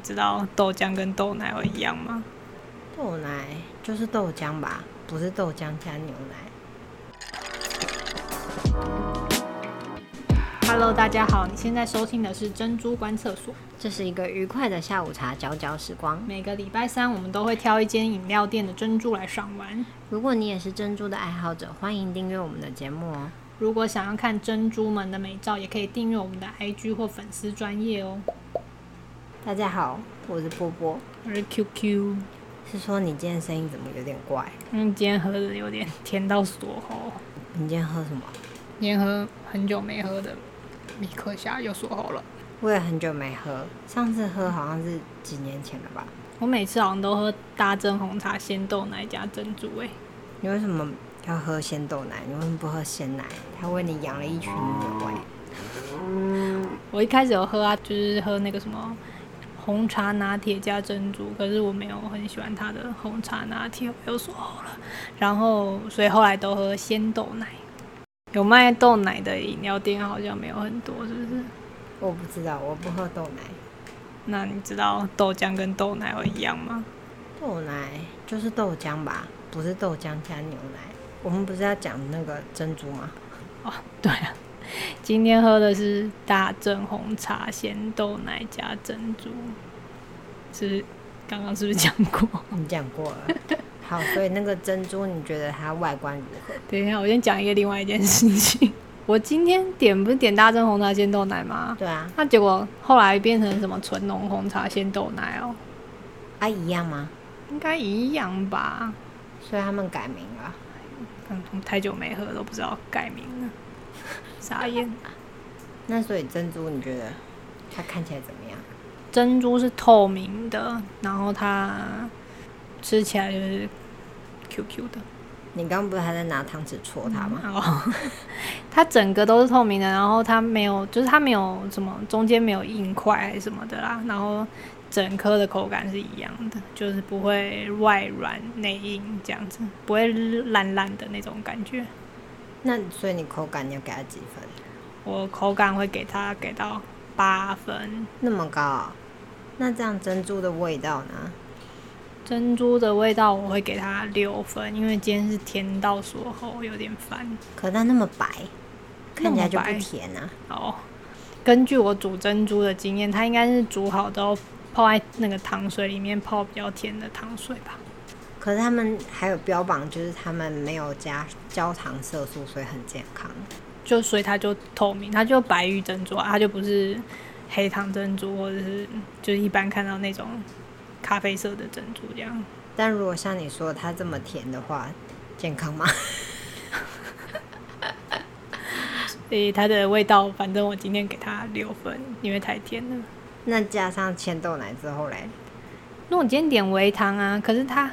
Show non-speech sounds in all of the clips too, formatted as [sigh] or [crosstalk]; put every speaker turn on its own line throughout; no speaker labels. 知道豆浆跟豆奶会一样吗？
豆奶就是豆浆吧，不是豆浆加牛奶。
Hello，大家好，你现在收听的是珍珠观厕所。
这是一个愉快的下午茶，嚼嚼时光。
每个礼拜三，我们都会挑一间饮料店的珍珠来赏玩。
如果你也是珍珠的爱好者，欢迎订阅我们的节目哦。
如果想要看珍珠们的美照，也可以订阅我们的 IG 或粉丝专业哦。
大家好，我是波波。
我是 QQ，
是说你今天声音怎么有点怪？
嗯，今天喝的有点甜到锁喉，
你今天喝什么？
今天喝很久没喝的米克夏又锁喉了。
我也很久没喝，上次喝好像是几年前了吧？
我每次好像都喝大珍红茶、鲜豆奶加珍珠、欸，
你为什么要喝鲜豆奶？你为什么不喝鲜奶？它为你养了一群牛哎、
我一开始有喝啊，就是喝那个什么红茶拿铁加珍珠，可是我没有很喜欢它的红茶拿铁，我又说好了，然后所以后来都喝鲜豆奶。有卖豆奶的饮料店好像没有很多，是不是？
我不知道，我不喝豆奶。
那你知道豆浆跟豆奶会一样吗？
豆奶就是豆浆吧，不是豆浆加牛奶。我们不是要讲那个珍珠吗？
哦，对啊，今天喝的是大正红茶鲜豆奶加珍珠，是不是刚刚是不是讲过？
你讲过
[laughs]
了。好，所以那个珍珠，你觉得它外观如何？
等一下，我先讲一个另外一件事情。我今天点不是点大正红茶鲜豆奶吗？
对啊，
那结果后来变成什么纯浓红茶鲜豆奶哦，
啊一样吗？
应该一样吧？
所以他们改名了。
嗯，我太久没喝都不知道改名了，傻眼。
那所以珍珠，你觉得它看起来怎么样？
珍珠是透明的，然后它吃起来就是 QQ 的。
你刚刚不是还在拿汤匙戳它吗？
哦， [laughs] 它整个都是透明的，然后它没有，就是它没有什么中间没有硬块还是什么的啦，然后整颗的口感是一样的，就是不会外软内硬这样子，不会烂烂的那种感觉。
那所以你口感你要给它几分？
我口感会给它给到八分。
那么高啊、那这样珍珠的味道呢？
珍珠的味道我会给它六分，因为今天是甜到锁喉，有点烦。
可它那么白，看起来就
那么
不
白
甜啊。
哦，根据我煮珍珠的经验，它应该是煮好之后泡在那个糖水里面泡比较甜的糖水吧。
可是他们还有标榜，就是他们没有加焦糖色素，所以很健康。
就所以它就透明，它就白玉珍珠啊，它就不是黑糖珍珠或者是嗯就是一般看到那种咖啡色的珍珠这样。
但如果像你说它这么甜的话，健康吗？ [laughs]
所以它的味道，反正我今天给它六分，因为太甜了。
那加上千豆奶之后嘞，
那我今天点微糖啊，可是它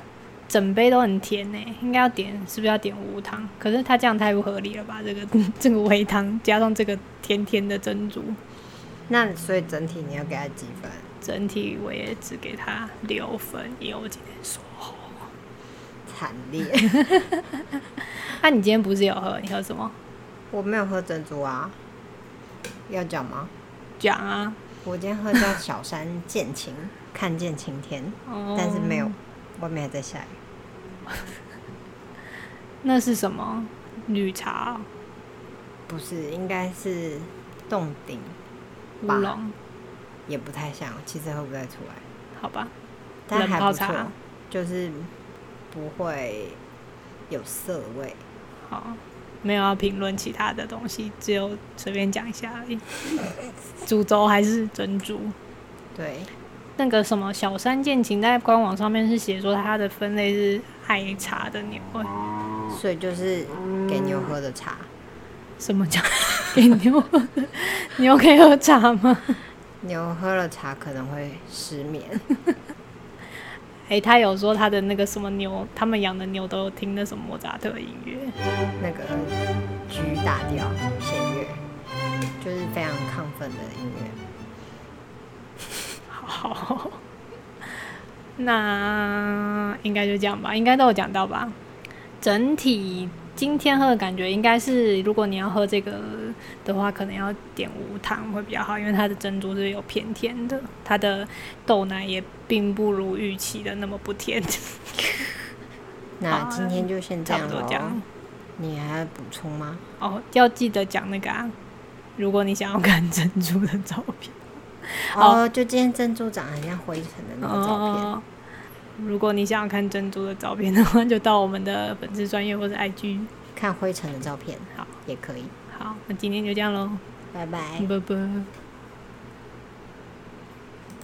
整杯都很甜呢、欸应该要点是不是要点无糖？可是它这样太不合理了吧？这个 [laughs] 这个微糖加上这个甜甜的珍珠，
那所以整体你要给它几分？
整体我也只给它六分，因为我今天说好。
惨烈！
那、啊你今天不是有喝？你喝什么？
[laughs] 我没有喝珍珠啊，要讲吗？
讲啊。
我今天喝叫小山见晴， [laughs] 看见晴天，
哦
但是没有，外面还在下雨。
那是什么？绿茶哦、
不是，应该是冻顶，
乌
吧
龙，
也不太像，其实喝不太出来。
好吧。
但
冷
还
泡
不错
茶，
就是不会有涩味。
好，没有要评论其他的东西，只有随便讲一下
[laughs]
而已。主轴还是珍珠。
对，
那个什么小山剑琴在官网上面是写说它的分类是爱茶的牛呃味，
所以就是给牛喝的茶。
什么叫 [laughs] 给牛喝的？牛可以喝茶吗？
牛喝了茶可能会失眠， [laughs]
诶、他有说他的那个什么牛，他们养的牛都有听那什么莫扎特音乐。
那个 G 大调弦乐，就是非常亢奋的音乐。
好，那应该就这样吧，应该都有讲到吧。整体今天喝的感觉应该是，如果你要喝这个的话，可能要点无糖会比较好，因为它的珍珠是有偏甜的，它的豆奶也并不如预期的那么不甜。
那
好
今天就先这
差
样啊
不多
喽
这样。
你还要补充吗？
哦，要记得讲那个啊，如果你想要看珍珠的照片，哦
哦，就今天珍珠长得很像灰尘的那个照片。
哦，如果你想要看珍珠的照片的话，就到我们的粉丝专业或者 IG。
看灰尘的照片，
好，嗯
也可以。
好，那今天就这样喽，
拜拜。
拜拜。